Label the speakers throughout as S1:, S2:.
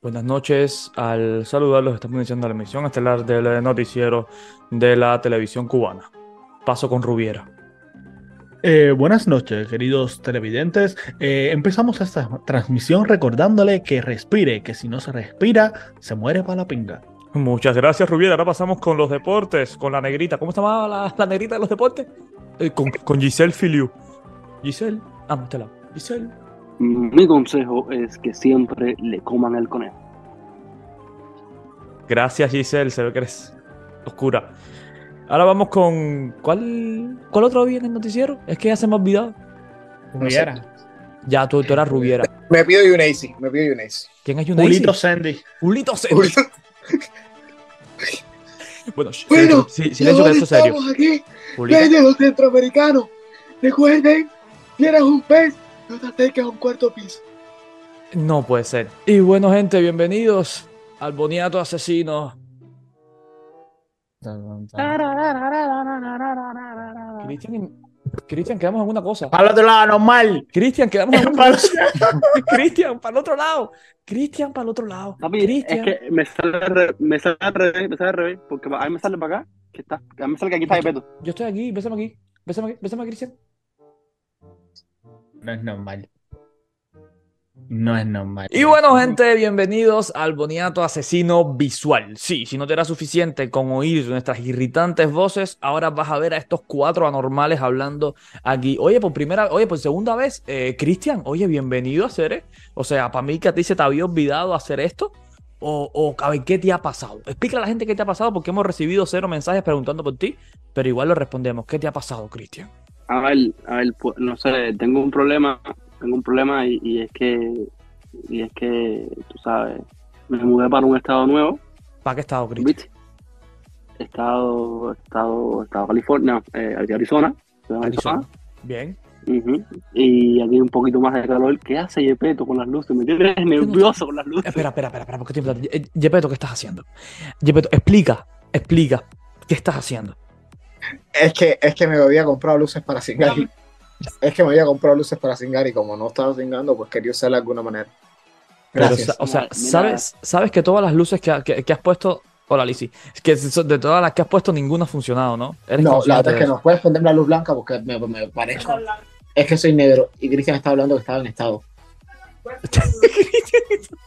S1: Buenas noches, al saludarlos estamos iniciando la emisión estelar del noticiero de la televisión cubana. Paso con Rubiera.
S2: Eh, buenas noches, queridos televidentes. Eh, empezamos esta transmisión recordándole que respire, que si no se respira, se muere para la pinga.
S1: Muchas gracias, Rubiera. Ahora pasamos con los deportes, con la negrita. ¿Cómo se llamaba la, la negrita de los deportes? Eh, con, con Giselle Filiu. Giselle, ah, no, está al lado. Giselle.
S3: Mi consejo es que siempre le coman el conejo.
S1: Gracias, Giselle. Se ve que eres oscura. Ahora vamos con. ¿Cuál, cuál otro viene el noticiero? Es que ya se me ha olvidado.
S4: Rubiera.
S1: Ya, tú, tú eras Rubiera.
S5: Me pido Yuneisi, me pido Yuneisi.
S1: ¿Quién es Yunay?
S2: Pulito Sandy.
S1: Pulito Sen. Bueno, sh-
S5: Bueno,
S1: si- silencio que esto es serio.
S5: estamos aquí,
S1: Pulito.
S5: desde los centroamericanos. Recuerden, si eres un pez, no te acerques a un cuarto piso.
S1: No puede ser. Y bueno, gente, bienvenidos al Boniato Asesino. Cristian, Cristian, quedamos en una cosa.
S2: Para el otro lado, normal.
S1: Cristian, quedamos en una
S2: Para
S1: cosa. Cristian, para el otro lado. Cristian, para el otro lado.
S3: Papi,
S1: Cristian.
S3: es que me sale, al re- me sale al revés, me sale al revés, porque a mí me sale para acá, que está, a mí me sale que aquí está Bebeto.
S1: Yo estoy aquí, bésame aquí. Bésame aquí, bésame, Cristian.
S4: No es normal. No es normal.
S1: Y bueno, gente, bienvenidos al Boniato Asesino Visual. Sí, si no te era suficiente con oír nuestras irritantes voces, ahora vas a ver a estos cuatro anormales hablando aquí. Oye, por primera, oye, por segunda vez, eh, Cristian, oye, bienvenido a hacer, eh. O sea, para mí que a ti se te había olvidado hacer esto. O, o, a ver, ¿qué te ha pasado? Explica a la gente qué te ha pasado, porque hemos recibido cero mensajes preguntando por ti, pero igual lo respondemos. ¿Qué te ha pasado, Cristian?
S3: A ver, a ver, pues, no sé, tengo un problema, tengo un problema y, y es que, y es que, tú sabes, me mudé para un estado nuevo,
S1: ¿Para qué estado, Cristian?
S3: ¿viste? Estado, estado, estado California, eh, Arizona, Arizona.
S1: Arizona. Bien.
S3: Ujú. Y aquí hay un poquito más de calor. ¿Qué hace Yepeto con las luces? Me tienes nervioso con las luces.
S1: Espera, espera, espera, espera, porque estoy hablando. Eh, Gepetto, ¿qué estás haciendo? Gepetto, explica, explica, ¿qué estás haciendo?
S5: Es que, es que me había comprado luces para cingar. y- Es que me había comprado luces para cingar y como no estaba cingando, pues quería usarla de alguna manera.
S1: Pero,
S5: Gracias.
S1: o sea,
S3: Mira, mira.
S1: ¿sabes, sabes que todas las luces que, que- que has puesto. Hola, Lizzy. Es que so- de todas las que has puesto, ninguna ha funcionado, ¿no? Eres
S5: No, la
S1: consciente
S5: verdad es
S1: de
S5: que
S1: eso.
S5: no puedes prender la luz blanca porque me, me parezco. Es que soy negro y Cristian está hablando que estaba en estado.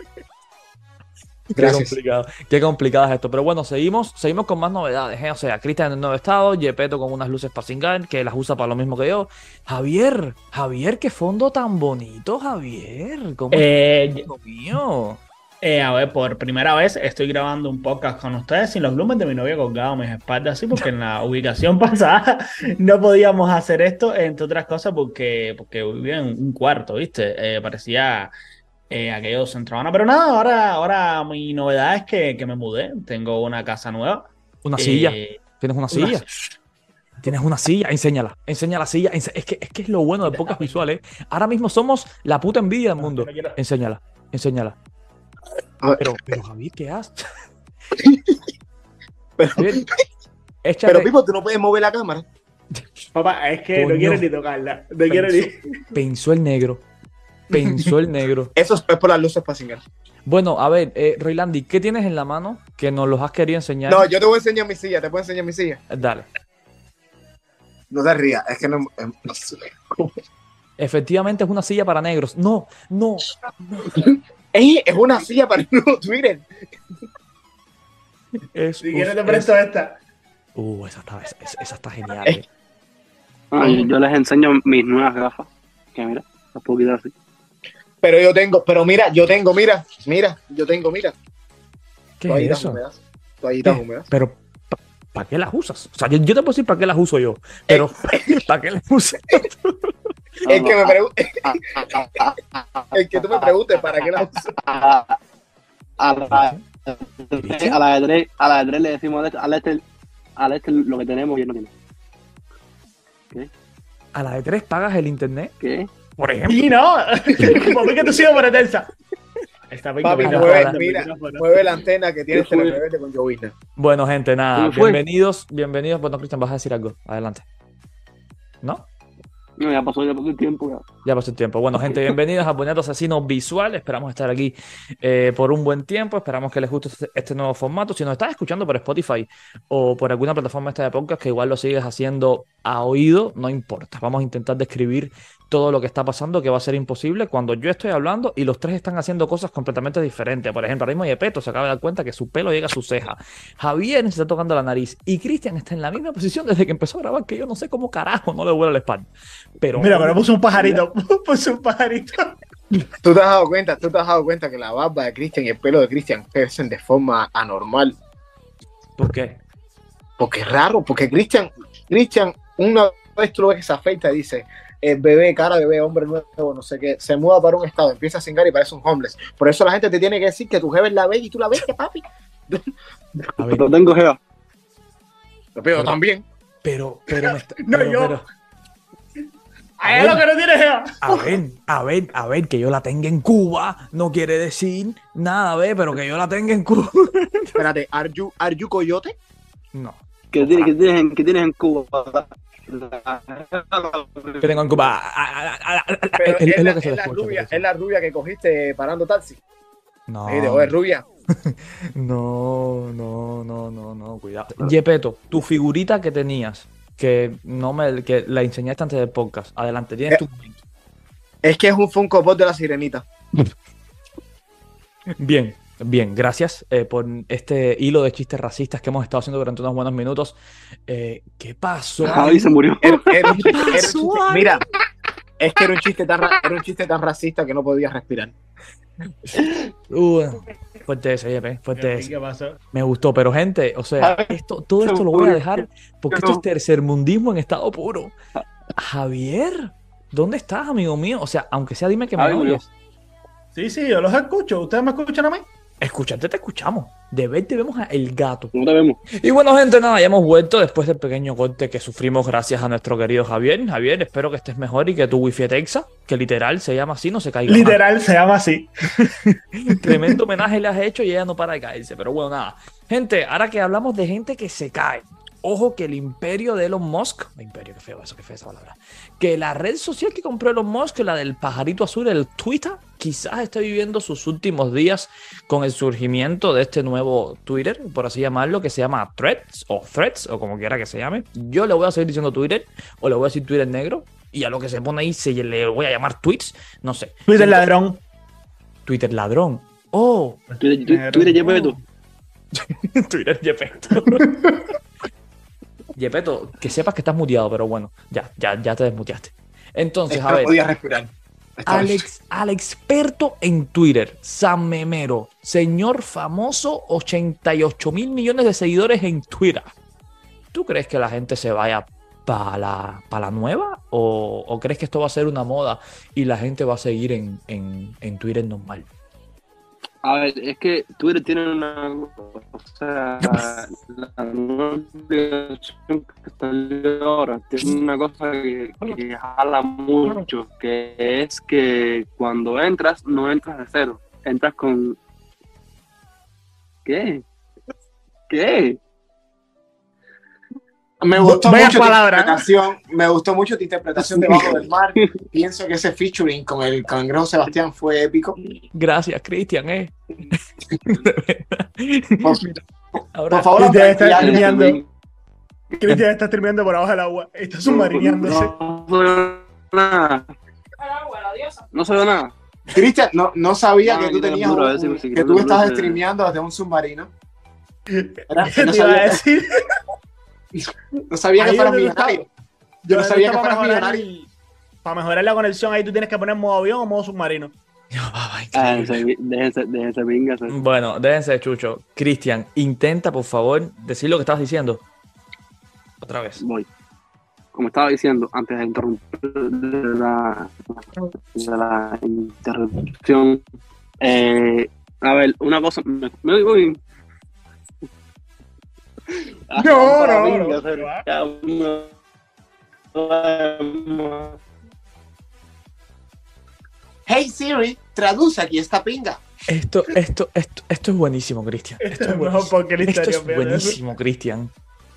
S1: Qué
S5: Gracias.
S1: complicado, qué complicado es esto. Pero bueno, seguimos, seguimos con más novedades. ¿eh? O sea, Cristian en el nuevo estado, Yepeto con unas luces para cingar, que las usa para lo mismo que yo. Javier, Javier, qué fondo tan bonito, Javier. ¿Cómo es
S2: Eh,
S1: esto, mío?
S2: eh, a ver, por primera vez estoy grabando un podcast con ustedes sin los lumes de mi novia colgado a mis espaldas, así porque en la ubicación pasada no podíamos hacer esto, entre otras cosas porque, porque vivía en un cuarto, ¿viste? Eh, parecía eh, aquello centrohabana. Pero nada, ahora, ahora mi novedad es que, que me mudé, tengo una casa nueva.
S1: Una silla.
S2: Eh,
S1: Tienes una silla. Tienes una silla, enséñala, enseña la silla. ense- Es que, es que es lo bueno de pocas visuales. ¿eh? Ahora mismo somos la puta envidia del mundo.
S2: No, yo no quiero-
S1: Enséñala, enséñala.
S5: A ver.
S1: Pero, pero Javier, ¿qué haces?
S5: Pero,
S1: Javier, échale-
S5: pero Pipo, tú no puedes mover la cámara.
S2: Papá, es que
S1: Coño.
S2: no quiero ni tocarla. No quiero ni.
S1: pensó el negro. Pensó el negro.
S5: Eso es por las luces para cingar.
S1: Bueno, a ver, eh, Roylandi, ¿qué tienes en la mano que nos los has querido enseñar?
S5: No, yo te voy a enseñar mi silla, te puedo enseñar mi silla.
S1: Dale.
S5: No te rías, es que no. em, no sé.
S1: Efectivamente es una silla para negros. No, no.
S5: Ey, es una silla para no Twitter.
S1: Es,
S2: Si quieres, te
S1: es-
S2: presto esta.
S1: Uh, esa está, esa- esa está genial.
S5: Es-
S1: eh.
S3: Ah, yo, yo les enseño mis nuevas gafas. Que mira, las puedo quitar así.
S5: Pero yo tengo, pero mira, yo tengo, mira, mira, yo tengo, mira.
S1: ¿Qué es
S5: toallitas
S1: eso?
S5: húmedas. Toallitas
S1: Eh,
S5: húmedas.
S1: Pero, ¿para qué las usas? O sea, yo, yo te puedo decir para qué las uso yo, pero
S3: Eh.
S1: ¿para qué las usas?
S5: El que, me pregun-
S3: pregunta.
S5: el que tú me preguntes para qué las usas.
S3: A, a la, a la de tres, a la de tres le decimos al este, al este, al este lo que tenemos y él no tiene.
S1: A la de tres pagas el internet,
S3: ¿Qué?
S1: por ejemplo.
S2: Y no. Por mí que tú sigas para tensa. Está bien,
S5: Papi,
S2: mira,
S1: mueve,
S2: mira,
S5: mira,
S2: mira, mira.
S5: Mueve la antena que tienes
S3: Yo fui-
S5: teleprevete con Jovina.
S1: Bueno, gente, nada,
S3: ¿Cómo fue?
S1: bienvenidos, bienvenidos. Bueno, Cristian, vas a decir algo, adelante. ¿No?
S3: No, ya pasó, ya pasó el tiempo. Ya.
S1: Ya pasó el tiempo. Bueno, gente, bienvenidos a Boniato Asesino Visual. Esperamos estar aquí eh, por un buen tiempo. Esperamos que les guste este- este nuevo formato. Si nos estás escuchando por Spotify o por alguna plataforma esta de podcast, que igual lo sigues haciendo a oído, no importa. Vamos a intentar describir todo lo que está pasando, que va a ser imposible cuando yo estoy hablando y los tres están haciendo cosas completamente diferentes. Por ejemplo, ahora mismo Yepeto se acaba de dar cuenta que su pelo llega a su ceja. Javier se está tocando la nariz y Cristian está en la misma posición desde que empezó a grabar, que yo no sé cómo carajo no le vuela la espalda. Pero
S2: Mira, pero puse un pajarito. Puse un pajarito.
S5: Tú te has dado cuenta, tú te has dado cuenta que la barba de Christian y el pelo de Christian crecen de forma anormal.
S1: ¿por qué?
S5: Porque es raro, porque Christian, Christian, una vez tú lo ves que se afeita y dice, eh, bebé, cara de bebé, hombre nuevo, no sé qué, se muda para un estado, empieza a cingar y parece un homeless. Por eso la gente te tiene que decir que tu jefe es la bella y tú la ves, papi.
S1: A ver,
S3: Pero tengo jeva.
S5: Pero también.
S1: pero, pero, me está-
S2: No,
S1: pero-
S2: yo.
S1: pero-
S2: Ahí es lo que no tienes, Eva.
S1: a ver, a ver, a ver, que yo la tenga en Cuba no quiere decir nada, ve, pero que yo la tenga en Cuba.
S5: Espérate, ¿are you, are you coyote?
S1: No,
S3: ¿Qué tienes, qué tienes, en, qué tienes en Cuba?
S1: que tengo en Cuba. Ah, A- a- a- a- a-
S5: Pero
S1: ah, es- es
S5: la,
S1: lo que se le
S5: la
S1: escucha,
S5: rubia,
S1: parece.
S5: es la rubia que cogiste parando taxi.
S1: No,
S5: Mire, oye, rubia.
S1: no, no, no, no, no, cuidado. Yepeto, tu figurita que tenías, que no me, que la enseñaste antes del podcast. Adelante, tienes
S5: Eh.
S1: tu.
S5: Es que es un Funko Pop de la sirenita.
S1: Bien, bien, gracias eh, por este hilo de chistes racistas que hemos estado haciendo durante unos buenos minutos. Eh, ¿qué pasó?
S3: Javi se murió.
S5: Era- era un chiste- era un chiste- mira, es que era un chiste tan ra- era un chiste tan racista que no podía respirar.
S1: Uh, fuerte eso, Yepe, fuerte eso.
S2: ¿Qué pasó?
S1: Me gustó, pero gente, o sea, esto, todo esto lo voy a dejar porque esto es tercermundismo en estado puro. Javier, ¿dónde estás, amigo mío? O sea, aunque sea, dime que me
S3: Javi murió.
S1: oyes.
S2: Sí, sí, yo los escucho. ¿Ustedes me escuchan a mí?
S1: Escucharte te escuchamos. De verte vemos a el gato.
S3: No te vemos.
S1: Y bueno, gente, nada, ya hemos vuelto después del pequeño corte que sufrimos gracias a nuestro querido Javier. Javier, espero que estés mejor y que tu wifi Texa, que literal se llama así, no se caiga. más.
S2: Literal se llama así.
S1: Tremendo homenaje le has hecho y ella no para de caerse. Pero bueno, nada. Gente, ahora que hablamos de gente que se cae. Ojo que el imperio de Elon Musk, el imperio, qué feo eso, qué fea esa palabra, que la red social que compró Elon Musk, la del pajarito azul, el Twitter, quizás esté viviendo sus últimos días con el surgimiento de este nuevo Twitter, por así llamarlo, que se llama Threads o Threads o como quiera que se llame. Yo le voy a seguir diciendo Twitter o le voy a decir Twitter negro y a lo que se pone ahí se le voy a llamar tweets, no sé.
S2: Twitter ladrón.
S1: Twitter ladrón. Oh,
S3: Tú eres, tú, tú eres Yepeto.
S1: Twitter Yepeto. Yepeto, que sepas que estás muteado, pero bueno, ya, ya, ya te desmuteaste. Entonces, a
S5: no
S1: ver,
S5: podía respirar. Estaba-
S1: Alex, al experto en Twitter, San Memero, señor famoso, 88 mil millones de seguidores en Twitter. ¿Tú crees que la gente se vaya para la, pa' la nueva? ¿O, o crees que esto va a ser una moda y la gente va a seguir en, en, en Twitter normal?
S3: A ver, es que Twitter tiene una. O sea, la nueva aplicación que salió ahora tiene una cosa que, que jala mucho, que es que cuando entras, no entras de cero. Entras con. ¿Qué? ¿Qué?
S5: Me gustó
S2: Vaya
S5: mucho
S2: palabra.
S5: tu interpretación. Me gustó mucho tu interpretación de Bajo del Mar. Pienso que ese featuring con el cangrejo Sebastián fue épico.
S1: Gracias, Cristian, ¿eh?
S5: Por,
S1: Ahora,
S5: por favor,
S2: Y debe estar
S5: ya-
S2: alineando. Cristian está terminando por abajo del agua. Está submarineándose.
S3: No, se veo nada. No se ve nada.
S5: Cristian, no, no sabía
S3: Ah,
S5: que tú
S3: yo te lo
S5: tenías
S3: juro,
S5: un-
S3: a ver si me sigue
S5: que tú
S3: dando
S5: estabas
S3: luces.
S5: streameando desde un submarino. Era-
S2: ¿Qué
S5: No
S2: te iba a
S5: sabía,
S2: decir?
S5: no sabía que
S2: Ahí
S5: fueras
S2: donde tú estabas.
S5: millonario. Yo no
S2: Ahora
S5: sabía
S2: está
S5: que
S2: para
S5: fueras
S2: mejorar
S5: millonario.
S2: el- Para mejorar la conexión, ahí tú tienes que poner modo avión o modo submarino.
S3: Ah, déjense, déjense, déjense, eh. venga, se-
S1: Bueno, déjense de chucho. Cristian, intenta, por favor, decir lo que estabas diciendo. Otra vez.
S3: voy. Como estaba diciendo antes de interrumpir de la, de la interrupción, eh, a ver, una cosa. Me, me voy. Ah,
S2: No, no, no.
S3: no.
S5: Hey Siri, traduce aquí esta pinga.
S1: Esto, esto, esto, esto es buenísimo, Cristian.
S2: Esto
S1: Esto es
S2: es el
S1: buenísimo.
S2: mejor porque
S1: Esto es buenísimo, Cristian.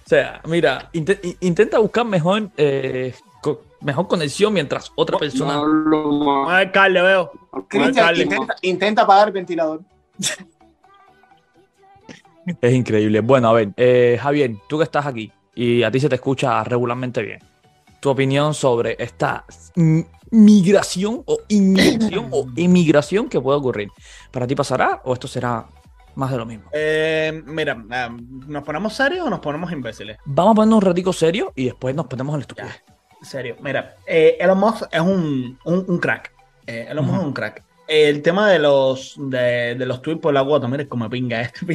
S1: O sea, mira, inte- i- intenta buscar mejor eh, co- mejor conexión mientras otra persona.
S3: No hablo más.
S2: Ay, Carlos, veo.
S5: Cristian,
S2: Carlos.
S5: intenta, intenta apagar el ventilador.
S1: Es increíble. Bueno, a ver, eh, Javier, tú que estás aquí y a ti se te escucha regularmente bien. Tu opinión sobre esta m- migración o inmigración o emigración que puede ocurrir. ¿Para ti pasará o esto será más de lo mismo?
S2: Eh, mira, ah, ¿nos ponemos serios o nos ponemos imbéciles?
S1: Vamos a ponernos un ratico serio y después nos ponemos en el estúpido.
S2: Serio, mira, eh, Elon Musk es un, un, un crack. Eh, Elon Musk
S1: Ujú.
S2: es un crack. El tema de los de, de los tweets por la guata, mire cómo me pinga este.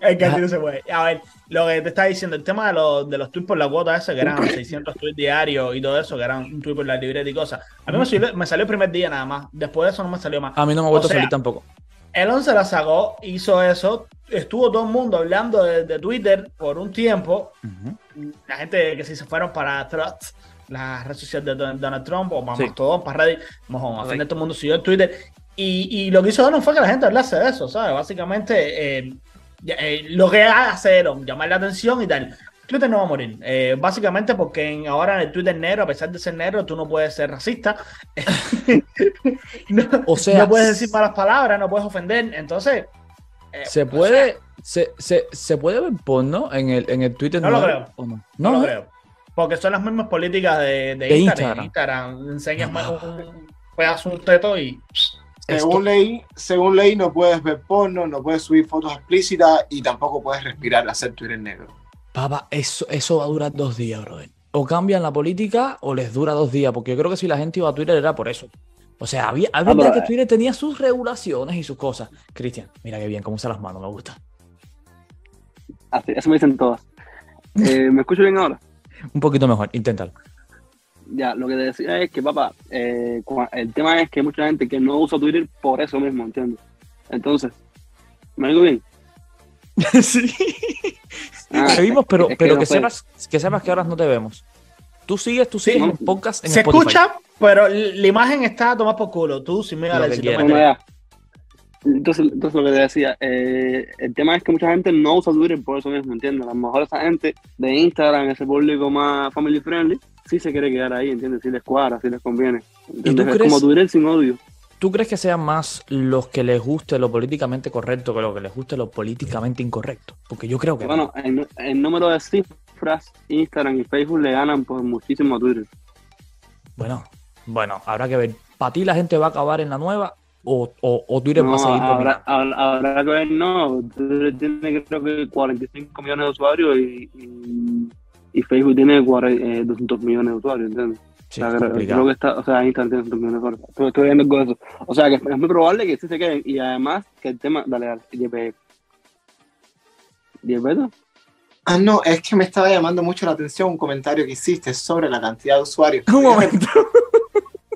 S2: es que así no se puede. A ver, lo que te estaba diciendo, el tema de los, de los tweets por la guata, ese que eran 600 tweets diarios y todo eso, que eran un tweet por la libreta y cosas. A mí me salió, me salió el primer día nada más. Después de eso no me salió más.
S1: A mí no me ha vuelto
S2: O sea,
S1: a salir tampoco.
S2: Elon se la sacó, hizo eso. Estuvo todo el mundo hablando de, de Twitter por un tiempo la gente que sí se fueron para Threads, la red social de Don- Donald Trump, o más
S1: Sí.
S2: todo, para Reddit, mojón, al
S1: Correcto.
S2: fin de todo el mundo siguió en Twitter. Y, y lo que hizo Elon fue que la gente hablase de eso, ¿sabes? Básicamente, eh, ya- eh, lo que hace Elon, llamar la atención y tal. Twitter no va a morir, eh, básicamente porque en- ahora en el Twitter negro, a pesar de ser negro, tú no puedes ser racista. no,
S1: O sea,
S2: no puedes decir malas palabras, no puedes ofender. Entonces, eh,
S1: ¿Se
S2: o
S1: puede, se, se, se puede ver porno en el, en el Twitter?
S2: No lo
S1: nuevo
S2: creo.
S1: o no?
S2: No,
S1: No,
S2: lo
S1: ¿eh?
S2: creo. Porque son las mismas políticas de, de
S1: De
S2: Instagram.
S1: Instagram.
S2: Instagram, Enseñas más
S1: Ah.
S2: un pedazo un teto y.
S5: Según ley, según ley, no puedes ver porno, no puedes subir fotos explícitas y tampoco puedes respirar hacer Twitter negro.
S1: Papá, eso, eso va a durar dos días, brother. O cambian la política o les dura dos días, porque yo creo que si la gente iba a Twitter era por eso. O sea, había, es verdad
S3: pero,
S1: que
S3: eh.
S1: Twitter tenía sus regulaciones y sus cosas. Cristian, mira qué bien, cómo usa las manos, me gusta.
S3: Así, eso me dicen todas. Eh, ¿Me escucho bien ahora?
S1: Un poquito mejor, inténtalo.
S3: Ya, lo que te decía es que, papá, eh, cua- el tema es que hay mucha gente que no usa Twitter por eso mismo, ¿entiendes? Entonces, ¿me digo bien?
S1: sí.
S3: Ah,
S1: Te vimos, pero,
S3: es que
S1: pero
S3: no
S1: que,
S3: puede.
S1: sepas, que sepas que ahora no te vemos. Tú sigues, tú
S2: Sí.
S1: sigues en podcast en
S2: Se
S1: Spotify.
S2: escucha, pero la imagen está a tomar por culo. Tú, si me
S1: Lo
S2: la
S1: que
S2: si no me
S1: quieras.
S3: Bueno,
S2: crees.
S3: ya. Entonces, entonces lo que te decía, eh, el tema es que mucha gente no usa Twitter por eso mismo, ¿entiendes? A lo mejor esa gente de Instagram, ese público más family friendly, sí se quiere quedar ahí, ¿entiendes? Si les cuadra, si les conviene. ¿entiendes?
S1: tú
S3: Es
S1: crees-
S3: como Twitter sin odio.
S1: ¿Tú crees que sean más los que les guste lo políticamente correcto que lo que les guste lo políticamente incorrecto? Porque yo creo que.
S3: Bueno, en, en número de cifras, Instagram y Facebook le ganan por muchísimo a Twitter.
S1: Bueno, bueno, habrá que ver. ¿Para ti la gente va a acabar en la nueva o, o, o Twitter va
S3: No,
S1: a seguir
S3: habrá,
S1: dominando?
S3: habrá, habrá que ver, no. Twitter tiene creo que 45 millones de usuarios y, y- y Facebook tiene cuare- eh, 200 millones de usuarios, ¿entiendes?
S1: Sí,
S3: o sea,
S1: es
S3: creo-
S1: complicado.
S3: creo que está, o sea, Instagram tiene 200 millones de usuarios. Estoy, estoy viendo con eso. O sea, que es muy probable que sí se queden. Y además, que el tema. Dale, dale. YPE. ¿YPE?
S5: Ah, no, es que me estaba llamando mucho la atención un comentario que hiciste sobre la cantidad de usuarios.
S1: Un momento,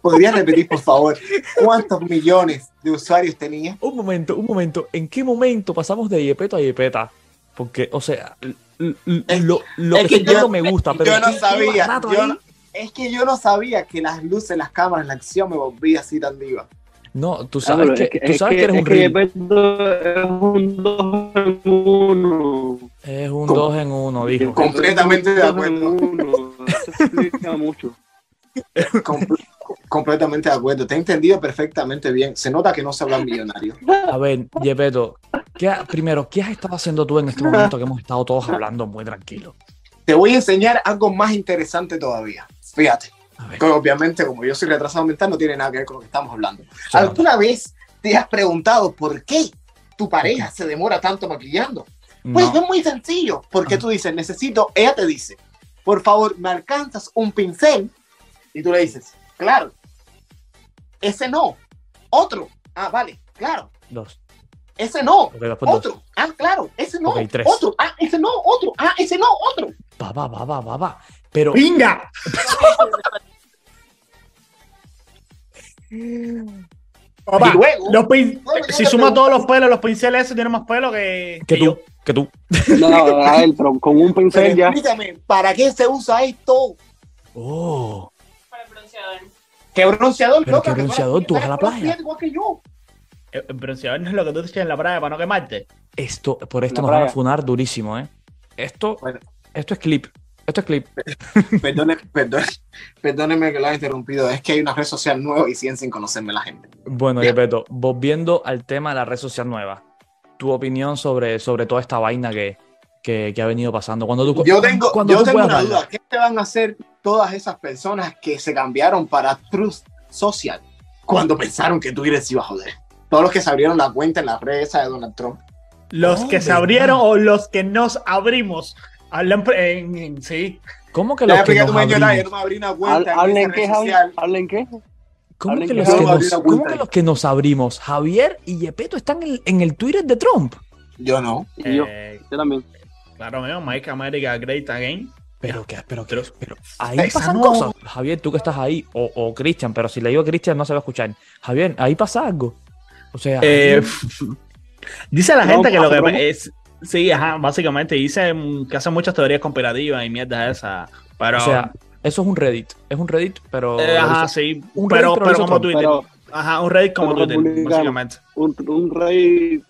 S5: ¿Podrías repetir, por favor, cuántos millones de usuarios tenía?
S1: un momento, un momento. ¿En qué momento pasamos de Yepeto a Yepeta? Porque, o sea, l- l-
S5: Es-
S1: lo, lo
S5: es
S1: que
S5: que
S1: estoy viendo
S5: yo-
S1: me gusta, pero
S5: Yo no
S1: ¿qué- qué
S5: sabía.
S1: barato
S5: yo
S1: ahí?
S5: no- es que yo no sabía que las luces, las cámaras, la acción me volví así tan diva.
S1: No, tú
S3: Ah, pero
S1: sabes,
S3: es
S1: que, tú
S3: es
S1: sabes que eres
S3: es
S1: un reel.
S3: YPE es un 2 en 1.
S1: Es un
S5: Com-
S1: dos en uno, dijo.
S5: Com- Completamente de acuerdo.
S3: acuerdo. Eso explica mucho.
S5: Comple- completamente de acuerdo. Te he entendido perfectamente bien. Se nota que no se hablan millonarios.
S1: A ver, Yepeto, ¿qué ha- primero, ¿qué has estado haciendo tú en este momento que hemos estado todos hablando muy tranquilos?
S5: Te voy a enseñar algo más interesante todavía. Fíjate,
S1: A ver,
S5: que obviamente como yo soy retrasado mental no tiene nada que ver con lo que estamos hablando.
S1: se nota.
S5: ¿Alguna vez te has preguntado por qué tu pareja se demora tanto maquillando? Pues
S1: No. Ah.
S5: es muy sencillo, porque tú dices, necesito, ella te dice, por favor, me alcanzas un pincel, y tú le dices, claro, ese no, otro, ah, vale, claro,
S1: Dos.
S5: ese no,
S1: Ok, vas por dos.
S5: otro, ah, claro, ese no,
S1: Ok, tres.
S5: otro, ah, ese no, otro, ah, ese no, otro.
S1: Va, va, va, va, va, va. Pero,
S2: ¡Pinga! Papá,
S5: Y luego-
S2: los pin-
S5: luego ya
S2: si
S5: te
S2: suma
S5: pregunto-
S2: todos los pelos, los pinceles esos tienen más pelo que,
S1: que
S2: que
S1: tú,
S2: yo.
S1: que tú.
S3: No, no, a él, pero con un pincel
S5: Pero
S3: ya.
S5: explícame, ¿para qué se usa esto?
S1: Oh,
S6: para el bronceador.
S5: ¿Qué bronceador?
S1: Pero
S5: loca,
S1: qué
S5: que
S1: bronceador, tú vas a la
S5: eres
S1: playa.
S5: igual que yo.
S2: El el bronceador no es lo que tú te echas en la playa para no quemarte.
S1: esto, por esto
S3: La
S1: nos van a
S3: playa.
S1: funar durísimo, ¿eh? Esto,
S5: Bueno.
S1: esto es clip. Esto es clip.
S5: Perdone, perdón, perdóneme que lo haya interrumpido. Es que hay una red social nueva y siguen sin conocerme la gente.
S1: Bueno,
S5: Bien.
S1: Yepeto, volviendo al tema de la red social nueva, tu opinión sobre, sobre toda esta vaina que, que, que ha venido pasando. Cuando tú,
S5: Yo tengo,
S1: cuando
S5: yo
S1: tú
S5: tengo
S1: puedas
S5: una
S1: darle.
S5: duda. ¿Qué te van a hacer todas esas personas que se cambiaron para Truth Social cuando pensaron que Twitter se iba a joder? Todos los que se abrieron la cuenta en la red esa de Donald Trump.
S2: Los
S1: Oh,
S2: que se
S1: ¿verdad?
S2: abrieron o los que nos abrimos. Hablan pre- en, en- sí.
S1: ¿Cómo que
S5: Le voy
S1: los
S5: a
S1: que
S5: explicar a
S1: nos
S5: tu mañana, yo
S1: abrimos?
S5: no me abrí una
S3: Hab-
S5: cuenta
S3: ¿Hablen
S5: en
S3: qué,
S5: esa red
S3: Javi?
S5: social.
S3: ¿Hablen qué?
S1: ¿Cómo
S3: Hablen
S1: que
S3: que
S1: los
S5: yo
S1: que
S5: no me abrí
S1: nos-
S5: la
S1: cómo
S5: cuenta.
S1: que los que nos abrimos, Javier y Yepeto, están en, en el Twitter de Trump?
S5: Yo no.
S3: Y yo,
S2: Eh,
S3: yo también.
S2: claro, mío, Make America Great Again.
S1: Pero que, pero que,
S2: Pero-
S1: pero ahí
S5: Esa
S1: pasan
S5: no.
S1: cosas. Javier, tú que estás ahí, o, o Cristian, pero si le digo a Cristian no se va a escuchar. Javier, ahí pasa algo. O sea,
S2: Eh, f- dice la
S3: No,
S2: gente que lo
S3: ¿hace promo?
S2: que es. Sí, ajá, básicamente. Dice mm, que hacen muchas teorías comparativas y mierda esa. Pero.
S1: o sea, eso es un Reddit. Es un Reddit, pero.
S2: eh, ajá, sí.
S1: un Reddit, pero
S2: pero, pero
S1: lo hizo
S2: como
S1: Trump,
S2: Twitter.
S3: Pero
S2: Ajá, un Reddit como
S3: pero
S2: Twitter,
S3: republicano.
S2: básicamente.
S3: un, un rey.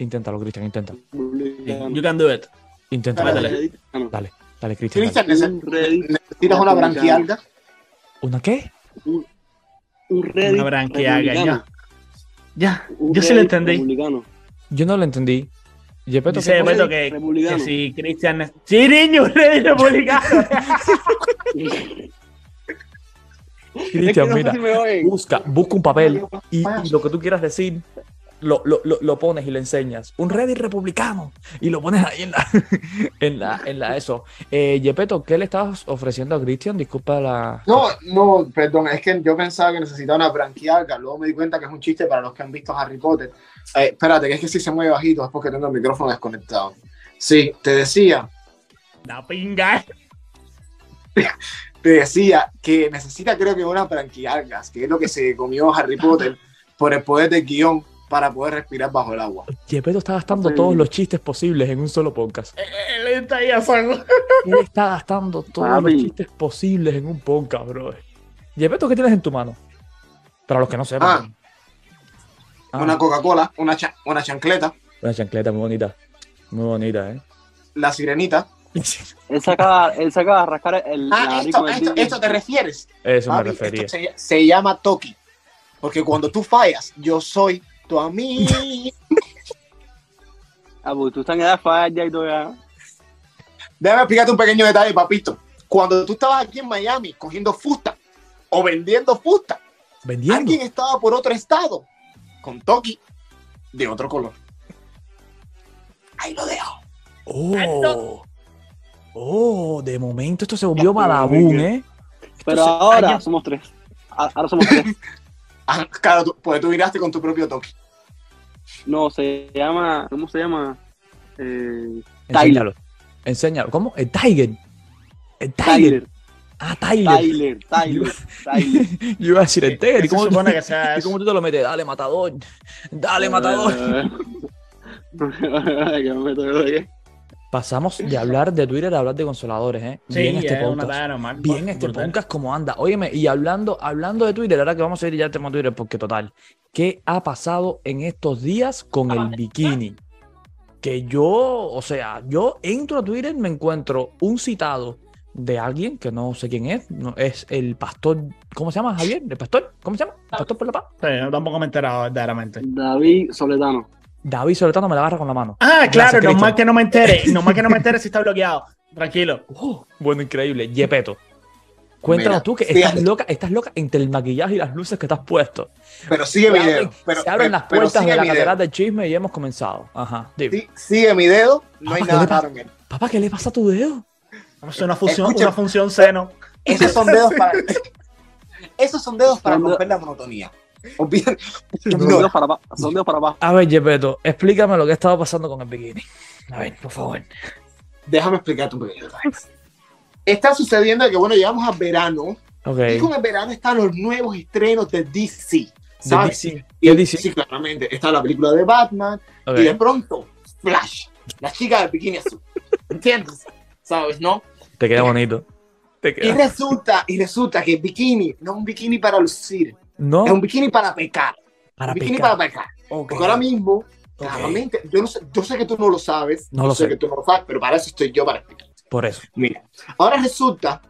S1: Inténtalo, Cristian, inténtalo.
S2: You can do it.
S1: Inténtalo.
S2: Métele.
S1: Dale,
S3: Dale,
S1: dale, dale Cristian. dale.
S5: Cristian, nece-
S3: Un Reddit,
S5: necesitas una branquialga.
S1: ¿Una qué?
S3: un Reddit.
S2: Una branquiaga,
S3: republicano,
S2: ya. Ya,
S3: un
S2: yo sí lo
S3: Reddit
S2: entendí.
S3: republicano.
S1: Yo no lo entendí. Yepeto,
S2: Dice
S1: ¿qué cosa?
S2: Beto que,
S3: republicano.
S2: que si Cristian es. ¡Sí, niño, un Reddit republicano!
S1: Cristian, mira,
S7: me oyen.
S1: busca, busca un papel
S3: Ah,
S1: y, y lo que tú quieras decir lo, lo, lo, lo pones y le enseñas. Un Reddit republicano y lo pones ahí en la. en la, en la eso. Eh, Yepeto, ¿qué le estabas ofreciendo a Cristian? Disculpa la.
S5: No, no, perdón, es que yo pensaba que necesitaba una branquialga, luego me di cuenta que es un chiste para los que han visto Harry Potter. Eh, espérate, que es que si se mueve bajito es porque tengo el micrófono desconectado. Sí, te decía,
S2: La pinga.
S5: te decía que necesita creo que unas branquialgas, que es lo que se comió Harry Potter por el poder del guión para poder respirar bajo el agua.
S1: Yepeto está gastando
S3: Sí.
S1: todos los chistes posibles en un solo podcast.
S2: Él está ahí a saco.
S1: Él está gastando todos los
S3: Papi.
S1: chistes posibles en un podcast, bro. Yepeto, ¿qué tienes en tu mano? Para los que no sepan. Ah,
S5: Una Coca-Cola, una, cha- una chancleta,
S1: una chancleta muy bonita. Muy bonita, ¿eh?
S5: la sirenita.
S3: Él sacaba, él sacaba a rascar el. la
S5: Ah,
S3: nariz
S5: esto,
S3: con el
S5: esto,
S3: diente.
S5: esto te refieres.
S1: Eso me
S5: Papi,
S1: refería.
S5: esto se, se llama Toki. Porque cuando tú fallas, yo soy tu amigo.
S3: Ah, pues tú estás en edad falla y todo ya.
S5: Déjame explicarte un pequeño detalle, papito. Cuando tú estabas aquí en Miami cogiendo fusta o vendiendo fusta,
S1: Vendiendo.
S5: alguien estaba por otro estado con Toki de otro color. Ahí lo dejo.
S1: Oh. Oh, de momento esto se volvió malabún, ¿eh?
S3: Pero ahora somos tres. A- Ahora somos tres.
S5: Ah, claro, tú- pues tú viraste con tu propio Toki.
S3: No, se llama. ¿Cómo se llama? Eh,
S1: Enséñalo. Enséñalo. ¿Cómo? El Tiger. El Tiger.
S3: Tyler.
S1: Ah, Tiger.
S3: Tyler. Tyler. Tyler.
S1: Yo iba a decir el Tiger. ¿Y
S2: Eh, Se
S1: cómo,
S2: supone que sea
S1: y
S2: eso.
S1: cómo tú te lo metes? Dale, matador. Dale, matador.
S3: Ay, que me toque, toque.
S1: Pasamos de hablar de Twitter a hablar de consoladores, ¿eh?
S2: Sí,
S1: Bien este
S2: es una
S1: podcast.
S2: tarea normal. pues,
S1: Bien este
S2: Brutal.
S1: podcast como anda. Óyeme, y hablando, hablando de Twitter, ahora que vamos a ir ya al tema de Twitter, porque total, ¿qué ha pasado en estos días con el bikini? Que yo, o sea, yo entro a Twitter, me encuentro un citado de alguien que no sé quién es, no, es el pastor, ¿cómo se llama Javier? ¿El pastor? ¿Cómo se llama? ¿El pastor por la paz?
S2: Sí, yo tampoco me he enterado, verdaderamente.
S3: David Soletano.
S1: David Soletano me la agarra con la mano.
S2: Ah, claro,
S1: Gracias, Cristian.
S2: nomás que no me entere. Nomás que no me entere si está bloqueado. Tranquilo.
S1: Oh, bueno, increíble. Yepeto. Cuéntanos
S5: Mira,
S1: tú que
S5: fíjate.
S1: estás loca, estás loca entre el maquillaje y las luces que estás puesto.
S5: Pero sigue
S1: Se
S5: mi dedo.
S1: abren-
S5: Pero, eh,
S1: se abren las
S5: pero
S1: puertas de
S5: sigue
S1: la
S5: mi dedo.
S1: catedral del chisme y hemos comenzado. Ajá. dime.
S5: Sí, sigue mi dedo. No hay
S1: Papá,
S5: nada
S1: ¿qué le pasa?
S5: raro en él.
S1: Papá, ¿qué le pasa a tu dedo?
S2: Es una función,
S5: Escucha.
S2: una función seno.
S5: Esos son dedos para. Esos son dedos para
S3: Son de-
S5: romper la monotonía. Olviden-
S3: Son
S5: No.
S3: dedos para abajo. Son dedos para abajo.
S1: A ver, Gepetto, explícame lo que estaba pasando con el bikini. A ver, por favor.
S5: Déjame explicarte un poquito. Está sucediendo que, bueno, llegamos al verano.
S1: Ok.
S5: Y con el verano están los nuevos estrenos de DC. ¿Sabes?
S1: De DC.
S5: Y
S1: De DC.
S5: Sí, claramente. Está la película de Batman.
S1: Ok.
S5: Y de pronto, Flash. La chica de bikini azul. ¿Entiendes? ¿Sabes, no?
S1: Te queda bonito. Te
S5: Y
S1: queda.
S5: resulta, y resulta que el bikini no es un bikini para lucir.
S1: No,
S5: Es un bikini para pecar.
S1: para
S5: bikini
S1: picar.
S5: para pecar.
S1: Ok.
S5: Porque ahora mismo,
S1: Ok.
S5: claramente, yo, no sé, yo sé que tú no lo sabes,
S1: No lo
S5: sé
S1: sé.
S5: que tú no lo sabes, pero para eso estoy yo para explicarte.
S1: Por eso.
S5: Mira, ahora resulta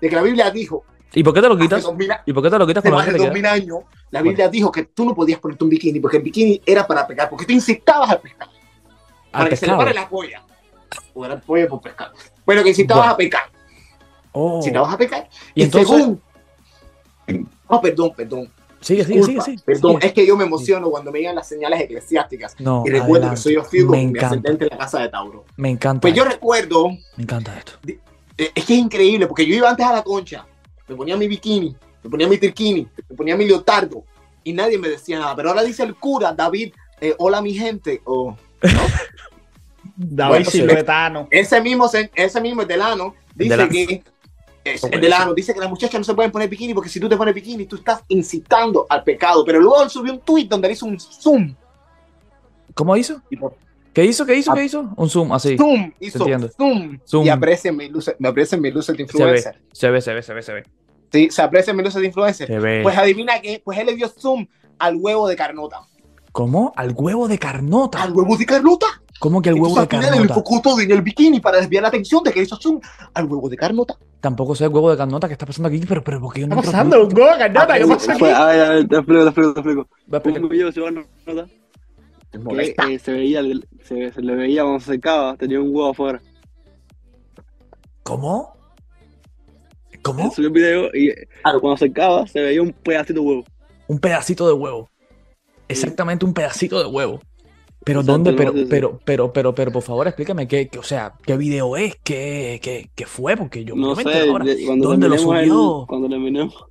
S5: de que la Biblia dijo,
S1: ¿Y por qué te lo
S5: hace
S1: quitas?
S5: dos mil a-
S1: ¿Y por qué te lo quitas
S5: hace
S1: con la
S5: más de
S1: gente
S5: dos
S1: que-
S5: mil años, la Biblia dijo que tú no podías ponerte un bikini porque el bikini era para pecar, porque tú incitabas a pescar,
S1: al
S5: para que se le
S1: pescado?
S5: pare la polla. O era polla por pescar. Bueno, que incitabas
S1: Bueno.
S5: a pecar.
S1: Oh.
S5: Si te vas a pecar.
S1: Y
S5: Y,
S1: entonces-
S5: según. No, perdón, perdón.
S1: Sigue, sigue, sigue,
S5: disculpa,
S1: sigue.
S5: perdón,
S1: sigue.
S5: es que yo me emociono cuando me llegan las señales eclesiásticas.
S1: No,
S5: y recuerdo
S1: adelante.
S5: que soy yo fiel
S1: me
S5: mi
S1: encanta,
S5: ascendente en la casa de Tauro.
S1: me encanta,
S5: Pues yo
S1: esto,
S5: recuerdo,
S1: me encanta esto.
S5: eh, es que es increíble, porque yo iba antes a la concha, me ponía mi bikini, me ponía mi tirquini, me ponía mi leotardo, y nadie me decía nada. Pero ahora dice el cura, David, eh, hola mi gente, o
S2: David
S5: Bueno, sí.
S2: Silvetano.
S5: ese mismo, sen- ese mismo delano dice
S1: Delano.
S5: que es- el delano dice que las muchachas no se pueden poner bikini porque si tú te pones bikini tú estás incitando al pecado pero luego él subió un tweet donde le hizo un zoom
S1: ¿Cómo hizo?
S5: y por
S1: ¿Qué hizo? ¿Qué hizo? ¿Qué hizo? Un zoom así.
S5: zoom hizo
S1: entiendo.
S5: zoom,
S1: Zoom.
S5: y aparecen mis luces me aparecen mis luces
S1: Se
S5: de
S1: ve,
S5: influencer
S1: se ve, se ve, se ve, se ve.
S5: sí se aparecen mis luces de influencer
S1: Se ve.
S5: pues adivina qué pues él le dio zoom al huevo de Carnota
S1: ¿Cómo? Al huevo de Carnota.
S5: al huevo de Carnota
S1: ¿Cómo que al huevo de
S5: entonces al final él
S1: Carnota?
S5: enfocó todo en el bikini para desviar la atención de que hizo zoom al huevo de Carnota
S1: Tampoco sé el huevo de Carnota que está pasando aquí, pero, pero ¿por qué yo no
S2: ¿Qué está
S1: entro-
S2: pasando? Goga, Carnota, ¿qué pasa aquí?
S3: Pues, a ver, a ver, te explico, te explico, te explico.
S1: Va,
S3: Un
S1: explica.
S3: video se va a notar
S5: Te
S3: que
S5: molesta.
S3: eh, se veía, el- se, se le veía cuando se secaba, tenía un huevo afuera.
S1: ¿Cómo?
S3: Él
S1: ¿Cómo?
S3: Subió un video y eh, cuando se secaba se veía un pedacito de huevo.
S1: Un pedacito de huevo. Exactamente un pedacito de huevo. Pero
S3: Exacto,
S1: dónde,
S3: no,
S1: pero,
S3: sí, sí.
S1: pero, pero, pero, pero, por favor, explícame qué, qué- o sea, qué video es, qué, qué, qué fue, porque yo
S3: No
S1: yo me
S3: sé,
S1: entero ahora.
S3: de- cuando
S1: ¿Dónde lo
S3: terminemos
S1: subió?
S3: el- cuando terminemos.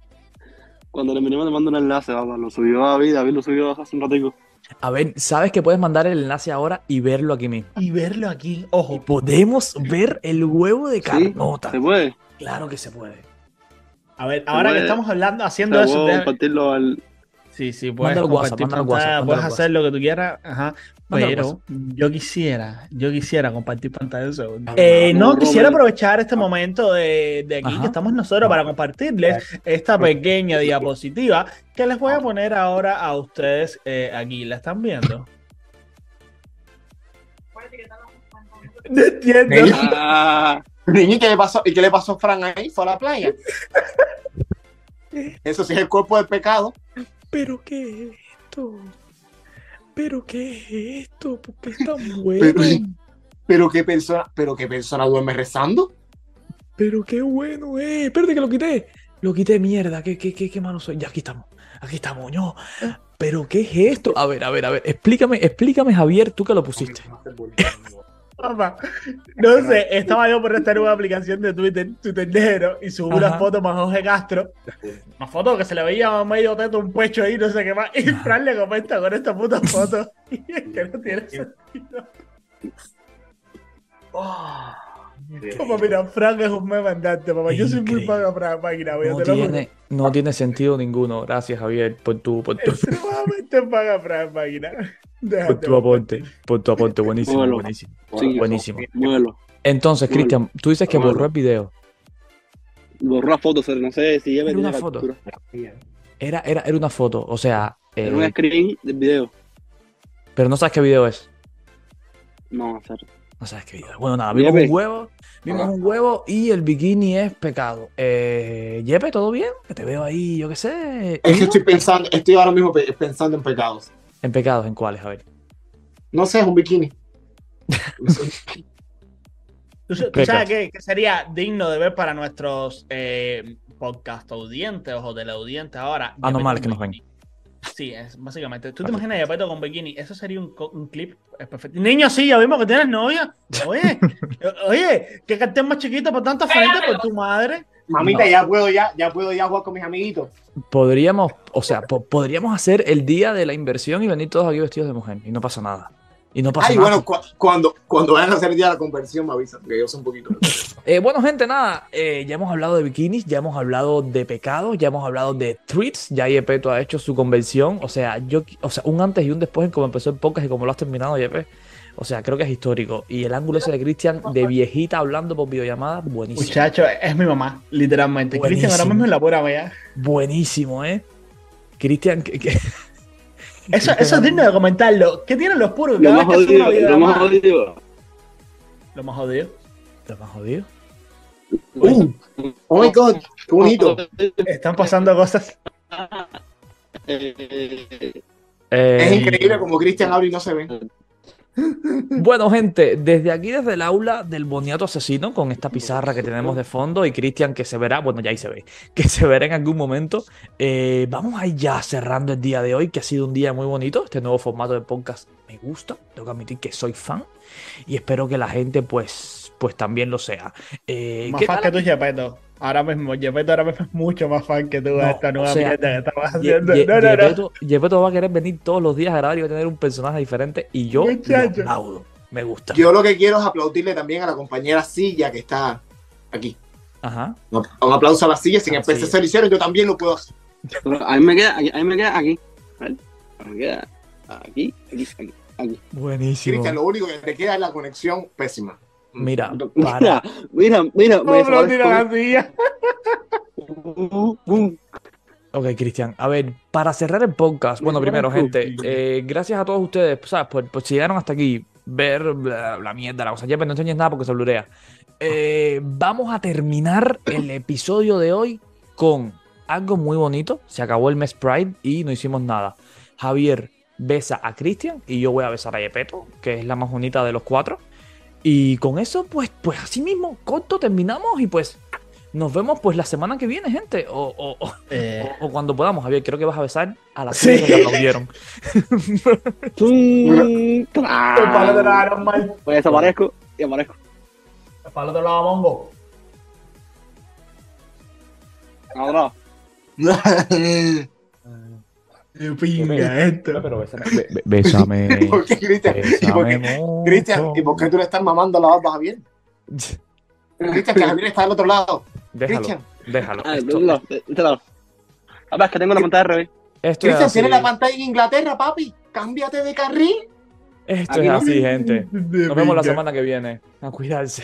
S3: Cuando terminemos le mando un enlace, vamos, lo subió David, David lo subió hace un ratico.
S1: A ver, sabes que puedes mandar el enlace ahora y verlo aquí mismo.
S2: Y verlo aquí,
S1: Y
S2: ojo.
S1: podemos ver el huevo de Carnota.
S3: ¿Se puede?
S1: Claro que se puede.
S2: A ver, ahora que
S3: Bueno,
S2: estamos hablando,
S3: ¿Se
S2: haciendo
S3: puede
S2: eso, déjame-
S3: compartirlo al...
S2: Sí, sí, puedes
S1: Mándalo WhatsApp,
S2: compartir
S1: mándalo
S2: pantalla,
S1: WhatsApp,
S2: puedes
S1: mándalo
S2: hacer lo que tú quieras, ajá,
S1: Mándalo
S2: pero pues, yo quisiera, yo quisiera compartir pantalla un segundo.
S1: Ah,
S2: Eh,
S3: no,
S2: no, quisiera
S3: Robert.
S2: aprovechar este momento de, de aquí
S1: Ajá.
S2: que estamos nosotros para compartirles esta pequeña diapositiva que les voy a poner ahora a ustedes eh, aquí. ¿La están viendo? No entiendo.
S3: Ah,
S5: Niño, ¿y qué le pasó? ¿Y qué le pasó a Fran ahí? Fue a la playa. Eso sí es el cuerpo del pecado.
S1: ¿Pero qué es esto? ¿Pero qué es esto? ¿Por qué es tan
S5: Pero,
S1: bueno?
S5: pero qué persona, pero qué persona duerme rezando.
S1: Pero qué bueno es. pues. ¡Eh, Espérate que lo quité. Lo quité, mierda. ¿Qué, qué, qué, qué malo soy? Ya aquí estamos. Aquí estamos, yo. ¿Pero qué es esto? A ver, a ver, a ver. Explícame, explícame, Javier, tú que lo pusiste.
S2: Papá, No sé, estaba yo por estar en una aplicación de Twitter, Twitter negro, y subí una
S1: Ajá.
S2: foto más Jorge Castro. Una foto que se le veía a medio teto, un pecho ahí, no sé qué más. Y Fran le comenta con esta puta foto. Y es que no tiene sentido. Ah. Papá, mira, Fran es un meme andante, papá. Yo soy muy
S1: Increíble.
S2: fan a Fran, máquina, mira,
S1: No
S2: te lo juro.
S1: tiene, no tiene sentido ninguno. Gracias, Javier, por tu, por tu,
S2: Extremadamente fan a Fran, máquina.
S1: por
S2: Déjate.
S1: tu aporte. Por tu aporte. Buenísimo,
S3: Bueno.
S1: buenísimo.
S3: sí,
S1: Buenísimo.
S3: muévelo.
S1: Entonces, Cristian, tú dices que borró el video.
S3: Borró la foto, se- no sé si ya
S1: Era
S3: me
S1: una foto. Era, era, era una foto, o sea, eh,
S3: Era un screen del video.
S1: pero no sabes qué video es.
S3: No, o sea,
S1: No sabes qué video es. Bueno, nada,
S3: Yepe.
S1: vimos un huevo, vimos un huevo y el bikini es pecado. Eh, Yepe, ¿todo bien? Que te veo ahí, yo qué sé.
S5: Es que
S1: ¿ido?
S5: estoy pensando, estoy ahora mismo pe- pensando en pecados.
S1: En pecados, ¿en cuáles? A ver.
S5: No sé, es un bikini.
S2: ¿Tú, tú
S1: Venga.
S2: sabes qué, qué sería digno de ver para nuestros eh, podcast audientes o teleaudientes ahora?
S1: Ah, no,
S2: Yepeto
S1: mal,
S2: con
S1: que nos ven.
S2: bikini. Sí, es básicamente. ¿Tú te imaginas a Yepeto con bikini? Eso sería un, co- un clip eh, perfecto. Niño, sí, ya vimos que tienes novia. Oye, eh, oye, qué cartel más chiquito por tanta frente por tu madre.
S5: Mamita, ya puedo ya, ya puedo ya jugar con mis amiguitos.
S1: Podríamos, o sea, po- podríamos hacer el día de la inversión y venir todos aquí vestidos de mujer y no pasa nada. Y no pasa
S5: Ay,
S1: nada.
S5: bueno, cu- cuando, cuando vayan a hacer el día de la conversión me avisan, porque yo soy un poquito.
S1: Eh, bueno, gente, nada, eh, ya hemos hablado de bikinis, ya hemos hablado de pecados, ya hemos hablado de treats, ya Yepeto ha hecho su convención, o sea, yo, qui- o sea, un antes y un después en cómo empezó el podcast y cómo lo has terminado, Yepe, o sea, creo que es histórico. Y el ángulo ese de Cristian de viejita hablando por videollamada, buenísimo.
S2: Muchacho, es mi mamá, literalmente.
S1: Buenísimo.
S2: Cristian ahora mismo es la pura mía.
S1: Buenísimo, ¿eh? Cristian, que- que-
S2: Eso, eso es digno de comentarlo. ¿Qué tienen los puros?
S3: lo
S2: Cada
S3: más
S2: vez que suben
S1: Uh,
S2: una
S3: jodido, lo más
S2: videollamada-
S3: jodido.
S2: Lo más jodido.
S1: Estás más jodido.
S5: Uh, oh my god, qué bonito.
S2: Están pasando cosas.
S3: Eh,
S1: Eh,
S5: Es increíble como Cristian abre y no se ve.
S1: Bueno, gente, desde aquí, desde el aula del Boniato Asesino, con esta pizarra que tenemos de fondo y Cristian que se verá, bueno, ya ahí se ve, que se verá en algún momento. eh, vamos ahí ya cerrando el día de hoy, que ha sido un día muy bonito. Este nuevo formato de podcast me gusta, tengo que admitir que soy fan y espero que la gente, pues, pues también lo sea. Eh,
S2: Más
S1: ¿qué
S2: fan
S1: tal?
S2: que tú, Gepetto. Ahora mismo, Gepetto ahora mismo es mucho más fan que tú
S1: No,
S2: a esta nueva
S1: o sea,
S2: mierda que estamos
S1: Ye-
S2: haciendo.
S1: Ye-
S2: no, no, no.
S1: Yepeto- Yepeto va a querer venir todos los días a grabar y va a tener un personaje diferente y yo lo
S2: Muchacho.
S1: aplaudo. Me gusta.
S5: Yo lo que quiero es aplaudirle también a la compañera Silla que está aquí.
S1: Ajá.
S5: Un apl- un aplauso a la Silla, sin el
S1: Así es.
S5: PCC lo hicieron, yo también lo puedo hacer.
S3: a mí me queda, a mí me queda aquí. ¿vale? Me queda aquí, aquí, aquí.
S1: Buenísimo.
S5: Cristian, lo único que te queda es la conexión pésima.
S1: Mira, para.
S3: Mira, mira, mira,
S2: ¿Cómo
S3: me
S2: lo tiran
S3: sabes
S2: así ya?
S3: cómo- Uh, uh.
S1: Ok, Cristian. A ver, para cerrar el podcast, bueno, primero, gente, eh, gracias a todos ustedes, ¿sabes? Por, por pues, si llegaron hasta aquí, ver la, la mierda, la cosa. Ya, pero no enseñes nada porque se blurea. Eh, vamos a terminar el episodio de hoy con algo muy bonito. Se acabó el mes Pride y no hicimos nada. Javier besa a Cristian y yo voy a besar a Yepeto, que es la más bonita de los cuatro. Y con eso, pues, pues así mismo, corto, terminamos y pues nos vemos pues la semana que viene, gente. O, o- o-
S3: Eh,
S1: o- o cuando podamos, Javier, creo que vas a besar a las
S2: Sí.
S1: tres que aplaudieron.
S3: Tum, tra.
S2: El palo te lo daron mal.
S3: Pues desaparezco y aparezco.
S2: El palo te lo daba mongo.
S3: Ahora,
S2: Pinga esto.
S4: Pero bésame, be- be-
S1: Bésame.
S5: ¿Por qué, Cristian? ¿Y por qué, Cristian, ¿y por qué tú le estás mamando la barba a Javier? Cristian, que Javier está al otro lado.
S1: Déjalo,
S5: Cristian,
S1: déjalo.
S3: ah,
S1: Esto,
S3: de- no, de- de este lado. A ver, es que tengo la pantalla al revés.
S1: esto es
S5: Cristian,
S1: así,
S5: tiene la pantalla en Inglaterra, papi. Cámbiate de carril.
S1: esto
S3: Aquí
S1: es
S3: no.
S1: así, gente.
S2: De
S1: Nos vemos la
S2: pinga.
S1: semana que viene. A cuidarse.